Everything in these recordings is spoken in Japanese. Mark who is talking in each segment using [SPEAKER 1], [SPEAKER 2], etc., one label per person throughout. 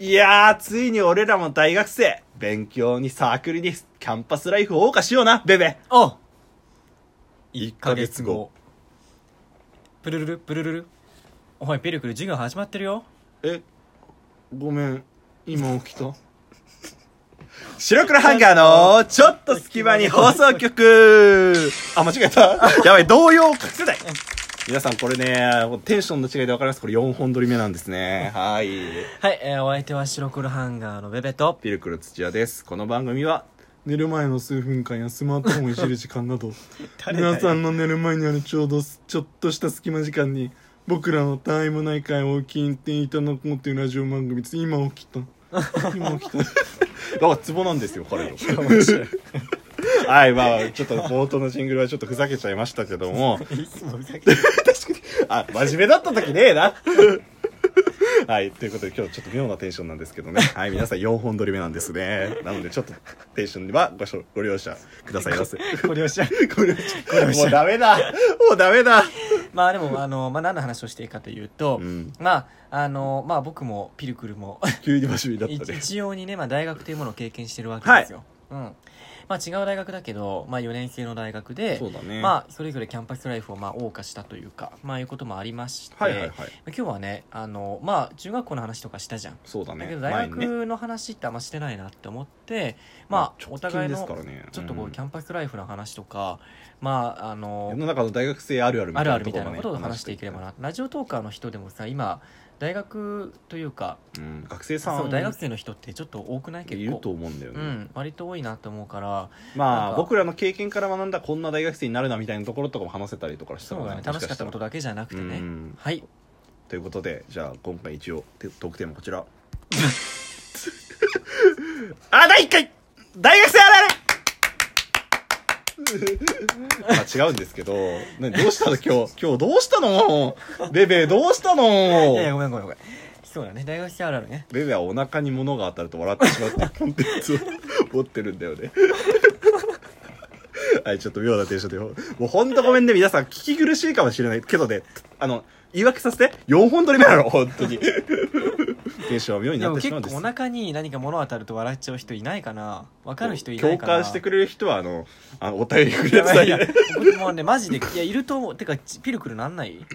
[SPEAKER 1] いやー、ついに俺らも大学生。勉強にサークルにキャンパスライフを謳歌しような、ベベ。
[SPEAKER 2] お
[SPEAKER 1] 1。
[SPEAKER 2] プルルルプルルルおいペルクル授業始まってるよ
[SPEAKER 1] え、ごめん。今起きた白黒ハンガーの、ちょっと隙間に放送局あ、間違えた。やばい、動揺を隠せない。皆さんこれね、テンションの違いでわかりますこれ4本撮り目なんですね。はい。
[SPEAKER 2] はい、えー、お相手は白黒ハンガーのベベと
[SPEAKER 1] ピルクル土屋です。この番組は、
[SPEAKER 3] 寝る前の数分間やスマートフォンをいじる時間など
[SPEAKER 2] 誰だよ
[SPEAKER 3] 皆さんの寝る前にあるちょうどすちょっとした隙間時間に僕らのタイムない会を聞いていただこうというラジオ番組です今起き た今起きた
[SPEAKER 1] だからツボなんですよ、彼の。
[SPEAKER 2] 面白い
[SPEAKER 1] はい、まあ、ちょっと冒頭のジングルはちょっとふざけちゃいましたけども、
[SPEAKER 2] いつもふざけて
[SPEAKER 1] あ、真面目だった時ねえな。はい、ということで今日ちょっと妙なテンションなんですけどね。はい、皆さん4本撮り目なんですね。なのでちょっとテンションにはごしょご了承くださいませ。
[SPEAKER 2] ご了承
[SPEAKER 1] ご了承もうダメだ。もうダメだ。
[SPEAKER 2] まあでもあの、まあ、何の話をしていいかというと、
[SPEAKER 1] うん
[SPEAKER 2] まああのまあ僕もピルクルも
[SPEAKER 1] 急に真面目になったね。
[SPEAKER 2] 一応にね、まあ、大学というものを経験してるわけですよ、うんまあ違う大学だけど、まあ、4年生の大学で
[SPEAKER 1] そうだね。
[SPEAKER 2] まあ、それぞれキャンパスライフをまあ謳歌したというか、まあ、いうこともありまして、
[SPEAKER 1] はいはいはい。
[SPEAKER 2] 今日はねあの、まあ、中学校の話とかしたじゃん、
[SPEAKER 1] そうだ
[SPEAKER 2] だけ
[SPEAKER 1] ね。
[SPEAKER 2] ど大
[SPEAKER 1] 前にね
[SPEAKER 2] 学の話ってあんましてないなって思って、まあ、お互いの
[SPEAKER 1] 直近ですからね
[SPEAKER 2] ちょっとこ
[SPEAKER 1] う
[SPEAKER 2] うんキャンパスライフの話とか、まああ
[SPEAKER 1] 世
[SPEAKER 2] の
[SPEAKER 1] の中の大学生あるあるみた
[SPEAKER 2] あ
[SPEAKER 1] い
[SPEAKER 2] る
[SPEAKER 1] な
[SPEAKER 2] ある
[SPEAKER 1] と
[SPEAKER 2] み
[SPEAKER 1] こ
[SPEAKER 2] たい
[SPEAKER 1] ろ
[SPEAKER 2] な
[SPEAKER 1] もね
[SPEAKER 2] ことを話していければ。なラジオトーカーの人でもさ今大学というか
[SPEAKER 1] うん、学生さ
[SPEAKER 2] そうん大学生の人ってちょっと多くない結
[SPEAKER 1] いると
[SPEAKER 2] 構、
[SPEAKER 1] 思うんだよ
[SPEAKER 2] う
[SPEAKER 1] ね。
[SPEAKER 2] ん、割と多いなと思うからな
[SPEAKER 1] ま
[SPEAKER 2] ん
[SPEAKER 1] あ
[SPEAKER 2] か
[SPEAKER 1] 僕らの経験から学んだこんな大学生になるなみたいなところとかも話せたりとかした
[SPEAKER 2] そうだね楽しかったこと
[SPEAKER 1] だ
[SPEAKER 2] だけじゃなくてね、
[SPEAKER 1] うん
[SPEAKER 2] はい
[SPEAKER 1] ということでじゃあ今回一応てトークテーマこちら あ第1回大学生ある あるまあ違うんですけど、ね、どうしたの今日今日どうしたのベベどうした
[SPEAKER 2] いやいや
[SPEAKER 1] の
[SPEAKER 2] ごめんごめんごめんそうだね大学生あるあるね
[SPEAKER 1] ベベはお腹に物が当たると笑ってしまうっていうコンテンツを持ってるんだよね はい、ちょっと妙なテンションで。もうほんとごめんね、皆さん。聞き苦しいかもしれないけどね、あの、言い訳させて。4本取り目なの、ほんと に。テンションは妙に
[SPEAKER 2] で
[SPEAKER 1] なっ
[SPEAKER 2] も
[SPEAKER 1] てし
[SPEAKER 2] 結
[SPEAKER 1] まうんです
[SPEAKER 2] 構お。腹に何か物当たると笑っちゃう人いないかな分かる人いない
[SPEAKER 1] 共
[SPEAKER 2] かな
[SPEAKER 1] 感してくれる人は、あの、あのお便りく
[SPEAKER 2] い
[SPEAKER 1] れ
[SPEAKER 2] や
[SPEAKER 1] さい
[SPEAKER 2] いや
[SPEAKER 1] ね。
[SPEAKER 2] 僕もねマジでいやいると思うてかちピルクルなんない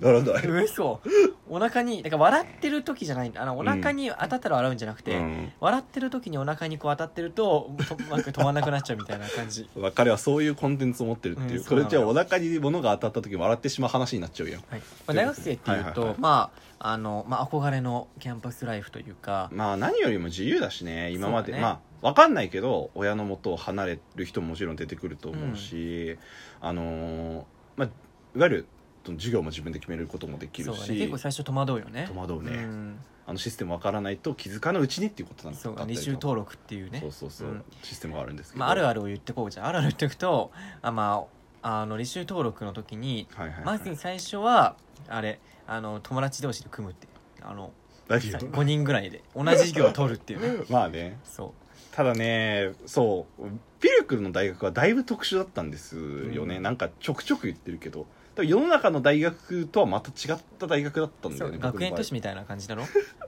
[SPEAKER 1] なるほど。う
[SPEAKER 2] 嘘お腹にだから笑ってる時じゃないあのお腹に当たったら笑うんじゃなくて、
[SPEAKER 1] ん。
[SPEAKER 2] 笑ってる時にお腹にこう当たってるととなんか止まんなくなっちゃうみたいな感じ
[SPEAKER 1] 彼はそういうコンテンツを持ってるっていう。
[SPEAKER 2] うん
[SPEAKER 1] これじゃあお腹に物が当たった時笑ってしまう話になっちゃうよ。
[SPEAKER 2] はいまあ、大学生ってい
[SPEAKER 1] は
[SPEAKER 2] うと、
[SPEAKER 1] いはいはい
[SPEAKER 2] まああの、まあ、憧れのキャンパスライフというか、
[SPEAKER 1] まあ何よりも自由だしね今まで、
[SPEAKER 2] そうだね
[SPEAKER 1] まあわかんないけど親の元を離れる人ももちろん出てくると思うし、あのーまあいわゆるその授業も自分で決めることもでき
[SPEAKER 2] そ
[SPEAKER 1] る
[SPEAKER 2] うだ
[SPEAKER 1] し、
[SPEAKER 2] ね、結構最初戸惑うよね
[SPEAKER 1] 戸惑うね
[SPEAKER 2] ん
[SPEAKER 1] あのシステムわからないと気づかぬうちにっていうことなん
[SPEAKER 2] そう
[SPEAKER 1] だ
[SPEAKER 2] か
[SPEAKER 1] った
[SPEAKER 2] 二
[SPEAKER 1] り
[SPEAKER 2] 重
[SPEAKER 1] とか
[SPEAKER 2] 登録っていうね
[SPEAKER 1] そうそうそう、
[SPEAKER 2] うん
[SPEAKER 1] システムがあるんですけど、
[SPEAKER 2] まあ、あるあ
[SPEAKER 1] る
[SPEAKER 2] るを言ってこうじゃんあるあるっていくとあまああの履修登録の時に
[SPEAKER 1] はいはい、は
[SPEAKER 2] ま
[SPEAKER 1] い、
[SPEAKER 2] ず最初はあれあの友達同士で組むってあの
[SPEAKER 1] 何よ
[SPEAKER 2] 5人ぐらいで同じ授業を取るっていうね
[SPEAKER 1] まあね
[SPEAKER 2] そ
[SPEAKER 1] ただねそうピルクルの大学はだいぶ特殊だったんですよね、
[SPEAKER 2] うん
[SPEAKER 1] なんかちょくちょく言ってるけど多分世の中の大学とはまた違った大学だった
[SPEAKER 2] うん
[SPEAKER 1] だ
[SPEAKER 2] そ
[SPEAKER 1] よ
[SPEAKER 2] う
[SPEAKER 1] ね僕
[SPEAKER 2] 学
[SPEAKER 1] の
[SPEAKER 2] 園
[SPEAKER 1] 場合
[SPEAKER 2] 都市みたいな感じ だろ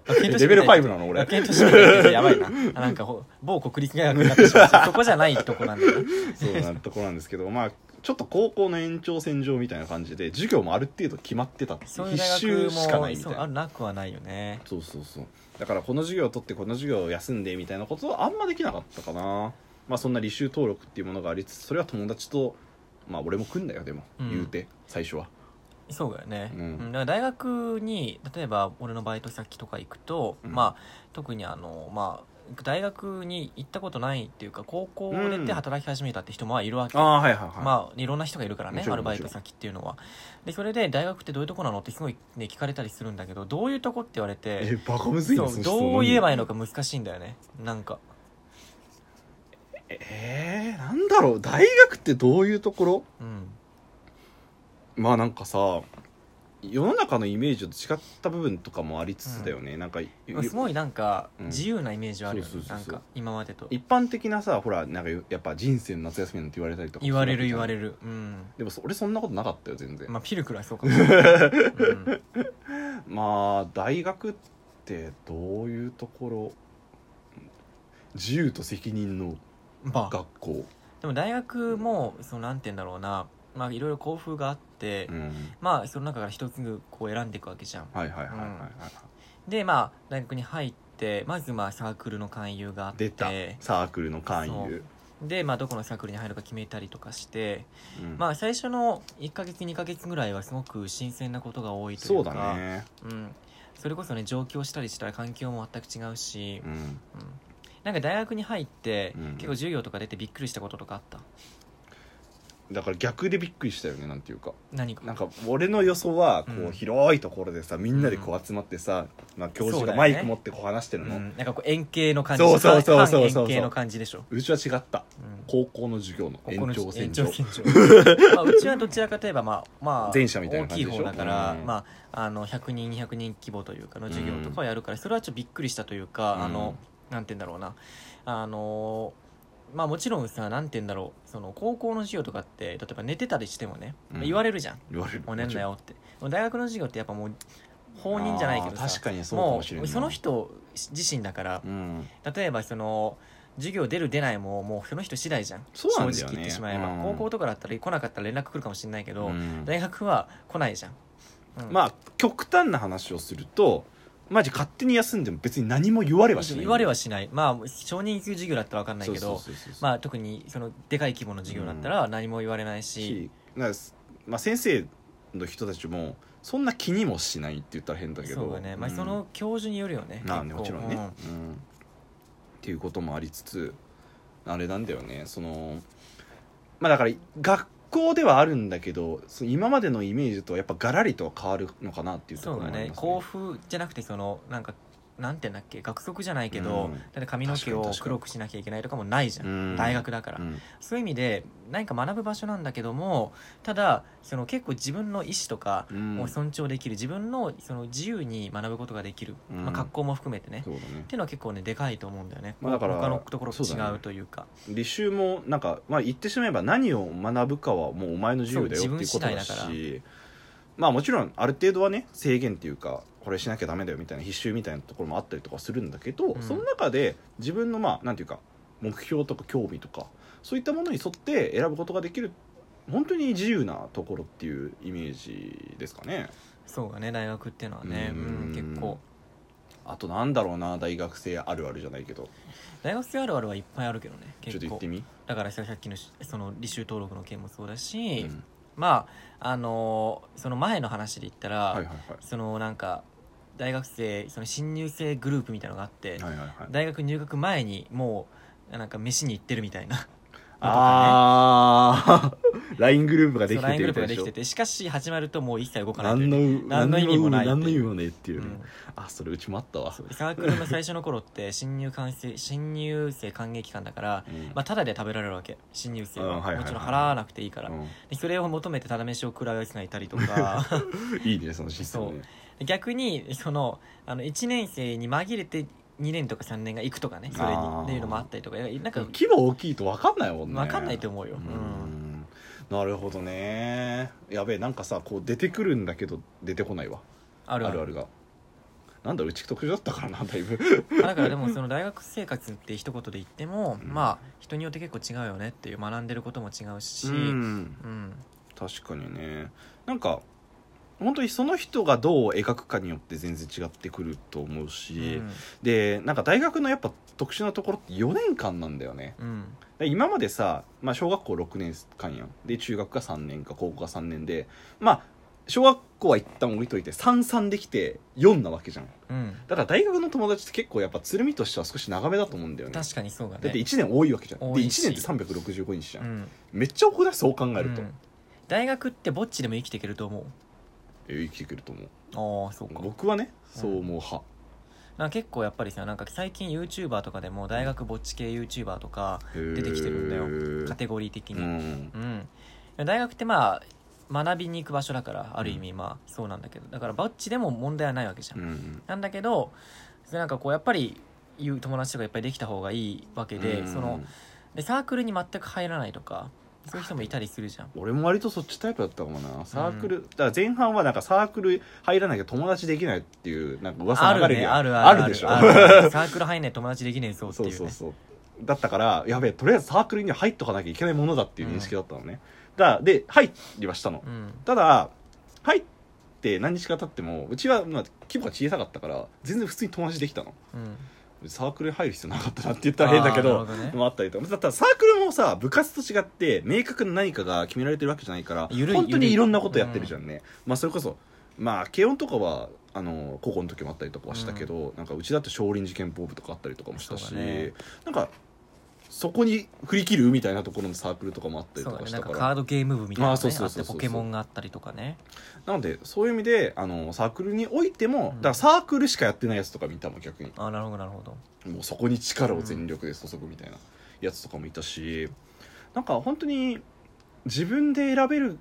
[SPEAKER 2] 学
[SPEAKER 1] レベル
[SPEAKER 2] みたい
[SPEAKER 1] 5なの 俺
[SPEAKER 2] 学園都市みたいな感じでやばいなあなんかほ某国立大学になってしまったそこじゃないとこなんだよね
[SPEAKER 1] そうなところなんですけどまあちょっと高校の延長線上みたいな感じで授業もある程度決まってたって
[SPEAKER 2] そうい う
[SPEAKER 1] 必
[SPEAKER 2] 大
[SPEAKER 1] 修
[SPEAKER 2] 学
[SPEAKER 1] しか
[SPEAKER 2] も
[SPEAKER 1] ないみたいう
[SPEAKER 2] そあ
[SPEAKER 1] な
[SPEAKER 2] るなくはないよね
[SPEAKER 1] そうそうそうだからこの授業を取ってこの授業を休んでみたいなことはあんまできなかったかなまあそんな履修登録っていうものがありつつそれは友達とまあ俺も組んだよでも、
[SPEAKER 2] うん
[SPEAKER 1] 言うて最初は
[SPEAKER 2] そうだよね、
[SPEAKER 1] うん
[SPEAKER 2] うんだから大学に例えば俺のバイト先とか行くと、
[SPEAKER 1] うん
[SPEAKER 2] まあ特にあのまあ大学に行ったことないっていうか高校を出て働き始めたって人もまあいるわけ、
[SPEAKER 1] ああはいはいはい
[SPEAKER 2] まあいろんな人がいるから
[SPEAKER 1] も
[SPEAKER 2] ね
[SPEAKER 1] ちろん
[SPEAKER 2] アルバイト先っていうのはでそれで大学ってどういうとこなのってすごい、ね、聞かれたりするんだけどどういうとこって言われて
[SPEAKER 1] えバカむずいな
[SPEAKER 2] そうどう言えばいいの
[SPEAKER 1] か
[SPEAKER 2] か難しいんだよねなんか
[SPEAKER 1] えー、なんだろう大学ってどういうところ
[SPEAKER 2] うん
[SPEAKER 1] まあなんかさ世の中のイメージと違った部分とかもありつつだよね、なんか
[SPEAKER 2] すごいなんか
[SPEAKER 1] うん
[SPEAKER 2] 自由なイメージはあるよね
[SPEAKER 1] そうそう
[SPEAKER 2] な
[SPEAKER 1] そうんそう
[SPEAKER 2] か今までと
[SPEAKER 1] 一般的なさほらなんかやっぱ人生の夏休みなんて言われたりとか
[SPEAKER 2] 言われる言わ
[SPEAKER 1] る
[SPEAKER 2] れるうん
[SPEAKER 1] でもそ俺そんなことなかったよ全然ま
[SPEAKER 2] まあピルクルはそうかも、うん
[SPEAKER 1] あ大学ってってどういうところ自由と責任の
[SPEAKER 2] まあ
[SPEAKER 1] 学校
[SPEAKER 2] でも大学もそのなんて言うんだろうなまあいろいろ校風があって、
[SPEAKER 1] うん
[SPEAKER 2] まあその中から一つこう選んでいくわけじゃん
[SPEAKER 1] はいはいはいはいはい
[SPEAKER 2] でまあ大学に入ってまずまあサークルの勧誘があっ
[SPEAKER 1] 出た
[SPEAKER 2] て
[SPEAKER 1] サークルの勧誘
[SPEAKER 2] でまあどこのサークルに入るか決めたりとかして、
[SPEAKER 1] うん
[SPEAKER 2] まあ最初の1ヶ月2ヶ月ぐらいはすごく新鮮なことが多いとい
[SPEAKER 1] そうう
[SPEAKER 2] か
[SPEAKER 1] だね
[SPEAKER 2] うん、それこそね上京したりしたら環境も全く違うし
[SPEAKER 1] う、ん
[SPEAKER 2] うんなんか大学に入って、
[SPEAKER 1] うん
[SPEAKER 2] 結構授業とか出てびっくりしたこととかあった
[SPEAKER 1] だから逆でびっくりしたよねなんていうか
[SPEAKER 2] 何か
[SPEAKER 1] なんか俺の予想はこ
[SPEAKER 2] うん
[SPEAKER 1] う広いところでさみんなでこう集まってさ、まあ、教
[SPEAKER 2] そう
[SPEAKER 1] 授
[SPEAKER 2] だよ
[SPEAKER 1] が
[SPEAKER 2] ね
[SPEAKER 1] マイク持ってこう話してるのう,、
[SPEAKER 2] うん、なんかこう円形の感じ
[SPEAKER 1] そうそうそうそうそう
[SPEAKER 2] 半円形の感じでしょ、
[SPEAKER 1] ちは違った
[SPEAKER 2] うん
[SPEAKER 1] 高校の授業の
[SPEAKER 2] ここ
[SPEAKER 1] 延
[SPEAKER 2] の
[SPEAKER 1] 長線
[SPEAKER 2] 延
[SPEAKER 1] 上
[SPEAKER 2] 長線 上まあうちはどちらかといえばまあまあ
[SPEAKER 1] 前者みたいな感じでしょ
[SPEAKER 2] 大きい方だから、
[SPEAKER 1] うん
[SPEAKER 2] まあ、あの100人200人規模というかの授業とかをやるから、それはちょっとびっくりしたというか、
[SPEAKER 1] うん
[SPEAKER 2] あのなんて言うんだろうなあのまあもちろんさなんて言うんだろうその高校の授業とかって例えば寝てたりしてもね、
[SPEAKER 1] うん
[SPEAKER 2] 言われるじゃん
[SPEAKER 1] 言われる
[SPEAKER 2] 「おねんなよ」ってでも大学の授業ってやっぱもう放任じゃないけどさ
[SPEAKER 1] あー確かにそうかもしれない
[SPEAKER 2] もうその人自身だから
[SPEAKER 1] うん
[SPEAKER 2] 例えばその授業出る出ないももうその人次第じゃん
[SPEAKER 1] そうなんだよね
[SPEAKER 2] 正直言ってしまえば、
[SPEAKER 1] うん
[SPEAKER 2] 高校とかだったら来なかったら連絡来るかもしれないけど、
[SPEAKER 1] うん
[SPEAKER 2] 大学は来ないじゃん、うん
[SPEAKER 1] まあ極端な話をするとマジ勝手に休んでも別に何も言われはしない
[SPEAKER 2] 言われは
[SPEAKER 1] し
[SPEAKER 2] しないまあ少人数授業だったら分かんないけどまあ特にそのでかい規模の授業だったら何も言われないし、
[SPEAKER 1] しなんかすまあ、先生の人たちもそんな気にもしないって言ったら変だけど
[SPEAKER 2] そうだね、まあ、
[SPEAKER 1] うん
[SPEAKER 2] その教授によるよね、
[SPEAKER 1] まあ
[SPEAKER 2] 結構
[SPEAKER 1] もちろんね、うんっていうこともありつつあれなんだよねそのまあだから学校ではあるんだけどその今までのイメージとはやっぱガラリとは変わるのかなっていうと
[SPEAKER 2] そ
[SPEAKER 1] こ
[SPEAKER 2] う
[SPEAKER 1] ろ
[SPEAKER 2] だ
[SPEAKER 1] もあり
[SPEAKER 2] ね
[SPEAKER 1] ますね
[SPEAKER 2] 校風じゃなくてそのなんかなんていうんだっけ学則じゃないけど、
[SPEAKER 1] うん
[SPEAKER 2] だって髪の毛
[SPEAKER 1] 確か
[SPEAKER 2] を
[SPEAKER 1] に確かに
[SPEAKER 2] 黒くしなきゃいけないとかもないじゃん、
[SPEAKER 1] うん
[SPEAKER 2] 大学だから、
[SPEAKER 1] うん
[SPEAKER 2] そういう意味で何か学ぶ場所なんだけどもただその結構自分の意思とか
[SPEAKER 1] うん
[SPEAKER 2] を尊重できる、自分のその自由に学ぶことができる、
[SPEAKER 1] うん
[SPEAKER 2] まあ、格好も含めてね、
[SPEAKER 1] そうだね
[SPEAKER 2] っていうのは結構ねでかいと思うんだよね、
[SPEAKER 1] まあだから
[SPEAKER 2] 他のところと
[SPEAKER 1] そうだ
[SPEAKER 2] 違
[SPEAKER 1] ね
[SPEAKER 2] うというか
[SPEAKER 1] 履修もなんか、まあ、言ってしまえば何を学ぶかはもうお前の自由だよっ
[SPEAKER 2] そ
[SPEAKER 1] て
[SPEAKER 2] う
[SPEAKER 1] いうことだ
[SPEAKER 2] 自分次第だから
[SPEAKER 1] しまあもちろんある程度はね制限っていうかこれしなきゃダメだよみたいな必修みたいなところもあったりとかするんだけど、
[SPEAKER 2] ん
[SPEAKER 1] その中で自分のまあなんていうか目標とか興味とかそういったものに沿って選ぶことができる本当に自由なところっていうイメージですかね
[SPEAKER 2] そうだね大学っていうのはね、
[SPEAKER 1] う
[SPEAKER 2] うんん結構
[SPEAKER 1] あとなんだろうな大学生あるあるじゃないけど
[SPEAKER 2] 大学生あるあるはいっぱいあるけどね
[SPEAKER 1] ちょ
[SPEAKER 2] 結
[SPEAKER 1] っと言
[SPEAKER 2] 構
[SPEAKER 1] ってみ、
[SPEAKER 2] だからささっきのしその履修登録の件もそうだし、
[SPEAKER 1] うん
[SPEAKER 2] まああのーその前の話で言ったら、
[SPEAKER 1] はいはいは
[SPEAKER 2] そのなんか大学生その新入生グループみたいなのがあって、
[SPEAKER 1] いはいはいはい
[SPEAKER 2] 大学入学前にもうなんか飯に行ってるみたいな
[SPEAKER 1] ああ LINE グループが で
[SPEAKER 2] そう
[SPEAKER 1] き
[SPEAKER 2] LINE
[SPEAKER 1] て
[SPEAKER 2] グ
[SPEAKER 1] て
[SPEAKER 2] ル
[SPEAKER 1] み
[SPEAKER 2] ープ
[SPEAKER 1] た
[SPEAKER 2] が
[SPEAKER 1] いでしょ
[SPEAKER 2] できててしかし始まるともう一切動かないとい
[SPEAKER 1] 何
[SPEAKER 2] う
[SPEAKER 1] の
[SPEAKER 2] 何の意味もない
[SPEAKER 1] 何の意味もねえっていう
[SPEAKER 2] う
[SPEAKER 1] ね
[SPEAKER 2] ん
[SPEAKER 1] あそれうちもあったわ
[SPEAKER 2] そうサークルの最初の頃って新入歓生新入生歓迎期間だから、
[SPEAKER 1] うん
[SPEAKER 2] まあ、ただで食べられるわけ新入生は,、
[SPEAKER 1] うんはいはいはい
[SPEAKER 2] もちろん払わなくていいから、
[SPEAKER 1] うん
[SPEAKER 2] でそれを求めてただ飯を食らうやつがいたり とか
[SPEAKER 1] いいねそのシステムね
[SPEAKER 2] 逆にそのあの1年生に紛れて2年とか3年が行くとかねそれ
[SPEAKER 1] あ
[SPEAKER 2] に
[SPEAKER 1] ー
[SPEAKER 2] っていうのもあったりとかなんか
[SPEAKER 1] 規模大きいと分かんないもんね
[SPEAKER 2] 分かんないと思うよ、
[SPEAKER 1] う
[SPEAKER 2] うん
[SPEAKER 1] んなるほどねやべえなんかさこう出てくるんだけど出てこないわ
[SPEAKER 2] あ
[SPEAKER 1] あ
[SPEAKER 2] るある
[SPEAKER 1] がなんだうち特殊だったからなだいぶ
[SPEAKER 2] まあだからでもその大学生活って一言で言っても、
[SPEAKER 1] うん
[SPEAKER 2] まあ人によって結構違うよねっていう学んでることも違うし、う
[SPEAKER 1] うんん確かにねなんか本当にその人がどう描くかによって全然違ってくると思うし、
[SPEAKER 2] うん
[SPEAKER 1] でなんか大学のやっぱ特殊なところって4年間なんだよね
[SPEAKER 2] うん
[SPEAKER 1] で今までさ、まあ、小学校6年間やんで中学が3年か高校が3年でまあ小学校は一旦置いといて33できて4なわけじゃん
[SPEAKER 2] うん
[SPEAKER 1] だから大学の友達って結構やっぱつるみとしては少し長めだと思うんだよね
[SPEAKER 2] 確かにそうだね
[SPEAKER 1] だって1年多いわけじゃんで
[SPEAKER 2] 多
[SPEAKER 1] 1
[SPEAKER 2] いし
[SPEAKER 1] 年って365日じゃん、
[SPEAKER 2] うん
[SPEAKER 1] めっちゃ多くないそう考えると、
[SPEAKER 2] うん大学ってぼっちでも生きていけると思う
[SPEAKER 1] え生きてくると思う
[SPEAKER 2] ああそうか
[SPEAKER 1] 僕はねそう思う派、
[SPEAKER 2] なんか結構やっぱりさなんか最近 YouTuber とかでも大学ぼっち系 YouTuber とか出
[SPEAKER 1] 出
[SPEAKER 2] てきてるんだよカテゴリー的にうん、大学ってまあ学びに行く場所だからある意味まあそうなんだけどだからぼっちでも問題はないわけじゃん
[SPEAKER 1] うん、うん
[SPEAKER 2] なんだけどそれなんかこうやっぱりいう友達とかいっぱいできた方がいいわけで,、
[SPEAKER 1] うん
[SPEAKER 2] そのでサークルに全く入らないとかそういう人もいたりするじゃん
[SPEAKER 1] 俺も割とそっちタイプだったかもなサークル、だから前半はなんかサークル入らなきゃ友達できないっていうなんか噂
[SPEAKER 2] あ
[SPEAKER 1] 流れ
[SPEAKER 2] る
[SPEAKER 1] る
[SPEAKER 2] ね
[SPEAKER 1] やん
[SPEAKER 2] あるある
[SPEAKER 1] あるでしょ
[SPEAKER 2] あるあ るサークル入んない友達できねえぞって
[SPEAKER 1] そ
[SPEAKER 2] いうう
[SPEAKER 1] そう
[SPEAKER 2] ね
[SPEAKER 1] そうだったからやべえとりあえずサークルには入っとかなきゃいけないものだっていう認識だったのね、だで入りましたの、
[SPEAKER 2] うん
[SPEAKER 1] ただ入って何日か経ってもうちはまあ規模が小さかったから全然普通に友達できたの
[SPEAKER 2] うん
[SPEAKER 1] サークルに入る必要なかったなって言ったら変だけど
[SPEAKER 2] あーなるほどね
[SPEAKER 1] でもあったりとかだったらサークルもさ部活と違って明確な何かが決められてるわけじゃないから
[SPEAKER 2] ゆるい
[SPEAKER 1] 本当にいろんなことやってるじゃんね、まあそれこそまあ慶音とかはあの高校の時もあったりとかはしたけど、なんかうちだって少林寺拳法部とかあったりとかもした
[SPEAKER 2] そ
[SPEAKER 1] し、
[SPEAKER 2] うだね
[SPEAKER 1] なんかそこに振り切るみたいなところのサークルとかもあったり
[SPEAKER 2] そ
[SPEAKER 1] と
[SPEAKER 2] うだ
[SPEAKER 1] か
[SPEAKER 2] ね
[SPEAKER 1] し
[SPEAKER 2] なん
[SPEAKER 1] た
[SPEAKER 2] か
[SPEAKER 1] から
[SPEAKER 2] カードゲーム部みたいな
[SPEAKER 1] あ
[SPEAKER 2] の
[SPEAKER 1] そう
[SPEAKER 2] ねあ
[SPEAKER 1] そう
[SPEAKER 2] っ
[SPEAKER 1] そ
[SPEAKER 2] て
[SPEAKER 1] うそう
[SPEAKER 2] ポケモンがあったりとかね
[SPEAKER 1] なのでそういう意味であのサークルにおいても、
[SPEAKER 2] うん
[SPEAKER 1] だからサークルしかやってないやつとか見たもん逆に
[SPEAKER 2] あなるほどなるほど
[SPEAKER 1] もうそこに力を全力で注ぐみたいなやつとかもいたし、なんか本当に自分で選べる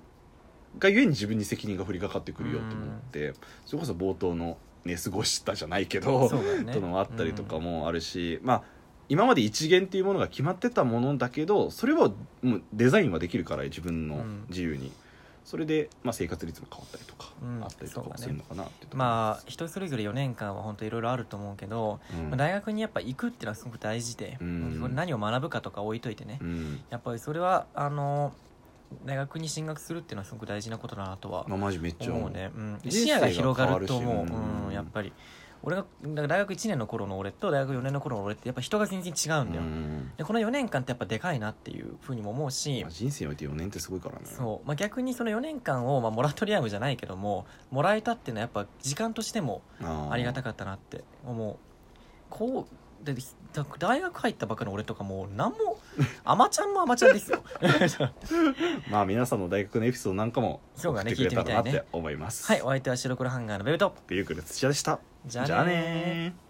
[SPEAKER 1] がゆえに自分に責任が降りかかってくるよと思って、それこそ冒頭の寝過ごしたじゃないけど、
[SPEAKER 2] そうだよね
[SPEAKER 1] とのもあったりとかもあるし、まあ今まで一元っていうものが決まってたものだけどそれはもうデザインはできるから自分の自由に、それで、まあ、生活率も変わったりとか、
[SPEAKER 2] うん
[SPEAKER 1] あったりと
[SPEAKER 2] そうだ
[SPEAKER 1] か
[SPEAKER 2] ね
[SPEAKER 1] するのかなってところ
[SPEAKER 2] まあ人それぞれ4年間は本当いろいろあると思うけど、
[SPEAKER 1] うん
[SPEAKER 2] まあ大学にやっぱ行くってのはすごく大事で、
[SPEAKER 1] うん
[SPEAKER 2] これ何を学ぶかとか置いといてね、
[SPEAKER 1] うん
[SPEAKER 2] やっぱりそれはあの大学に進学するっていうのはすごく大事なことだなとは
[SPEAKER 1] まあ、マジめっちゃ
[SPEAKER 2] 思
[SPEAKER 1] 思
[SPEAKER 2] う
[SPEAKER 1] う
[SPEAKER 2] ね、うん、
[SPEAKER 1] 人
[SPEAKER 2] 視
[SPEAKER 1] 生
[SPEAKER 2] 野
[SPEAKER 1] が
[SPEAKER 2] が広がると思う、
[SPEAKER 1] 変わるし
[SPEAKER 2] う
[SPEAKER 1] うんん
[SPEAKER 2] やっぱり俺がだから大学1年の頃の俺と大学4年の頃の俺ってやっぱ人が全然違うんだよ、
[SPEAKER 1] うん
[SPEAKER 2] でこの4年間ってやっぱでかいなっていうふうにも思うし
[SPEAKER 1] まあ、人生において4年ってすごいからね
[SPEAKER 2] そう、まあ、逆にその4年間を、まあ、モラトリアムじゃないけどももらえたっていうのはやっぱ時間としても
[SPEAKER 1] あ
[SPEAKER 2] ありがた
[SPEAKER 1] く
[SPEAKER 2] かったなって思うこうでだ大学入ったばっかの俺とかもう何 もあまちゃんもあまちゃんですよ
[SPEAKER 1] まあ皆さんの大学のエピソードなんかも
[SPEAKER 2] そうだね
[SPEAKER 1] 送ってくれたらなっ
[SPEAKER 2] 聞いてみたい
[SPEAKER 1] て思います
[SPEAKER 2] はいお相手は白黒ハンガーのベルト
[SPEAKER 1] ビュークル土屋でした
[SPEAKER 2] じゃあね
[SPEAKER 1] じゃあねー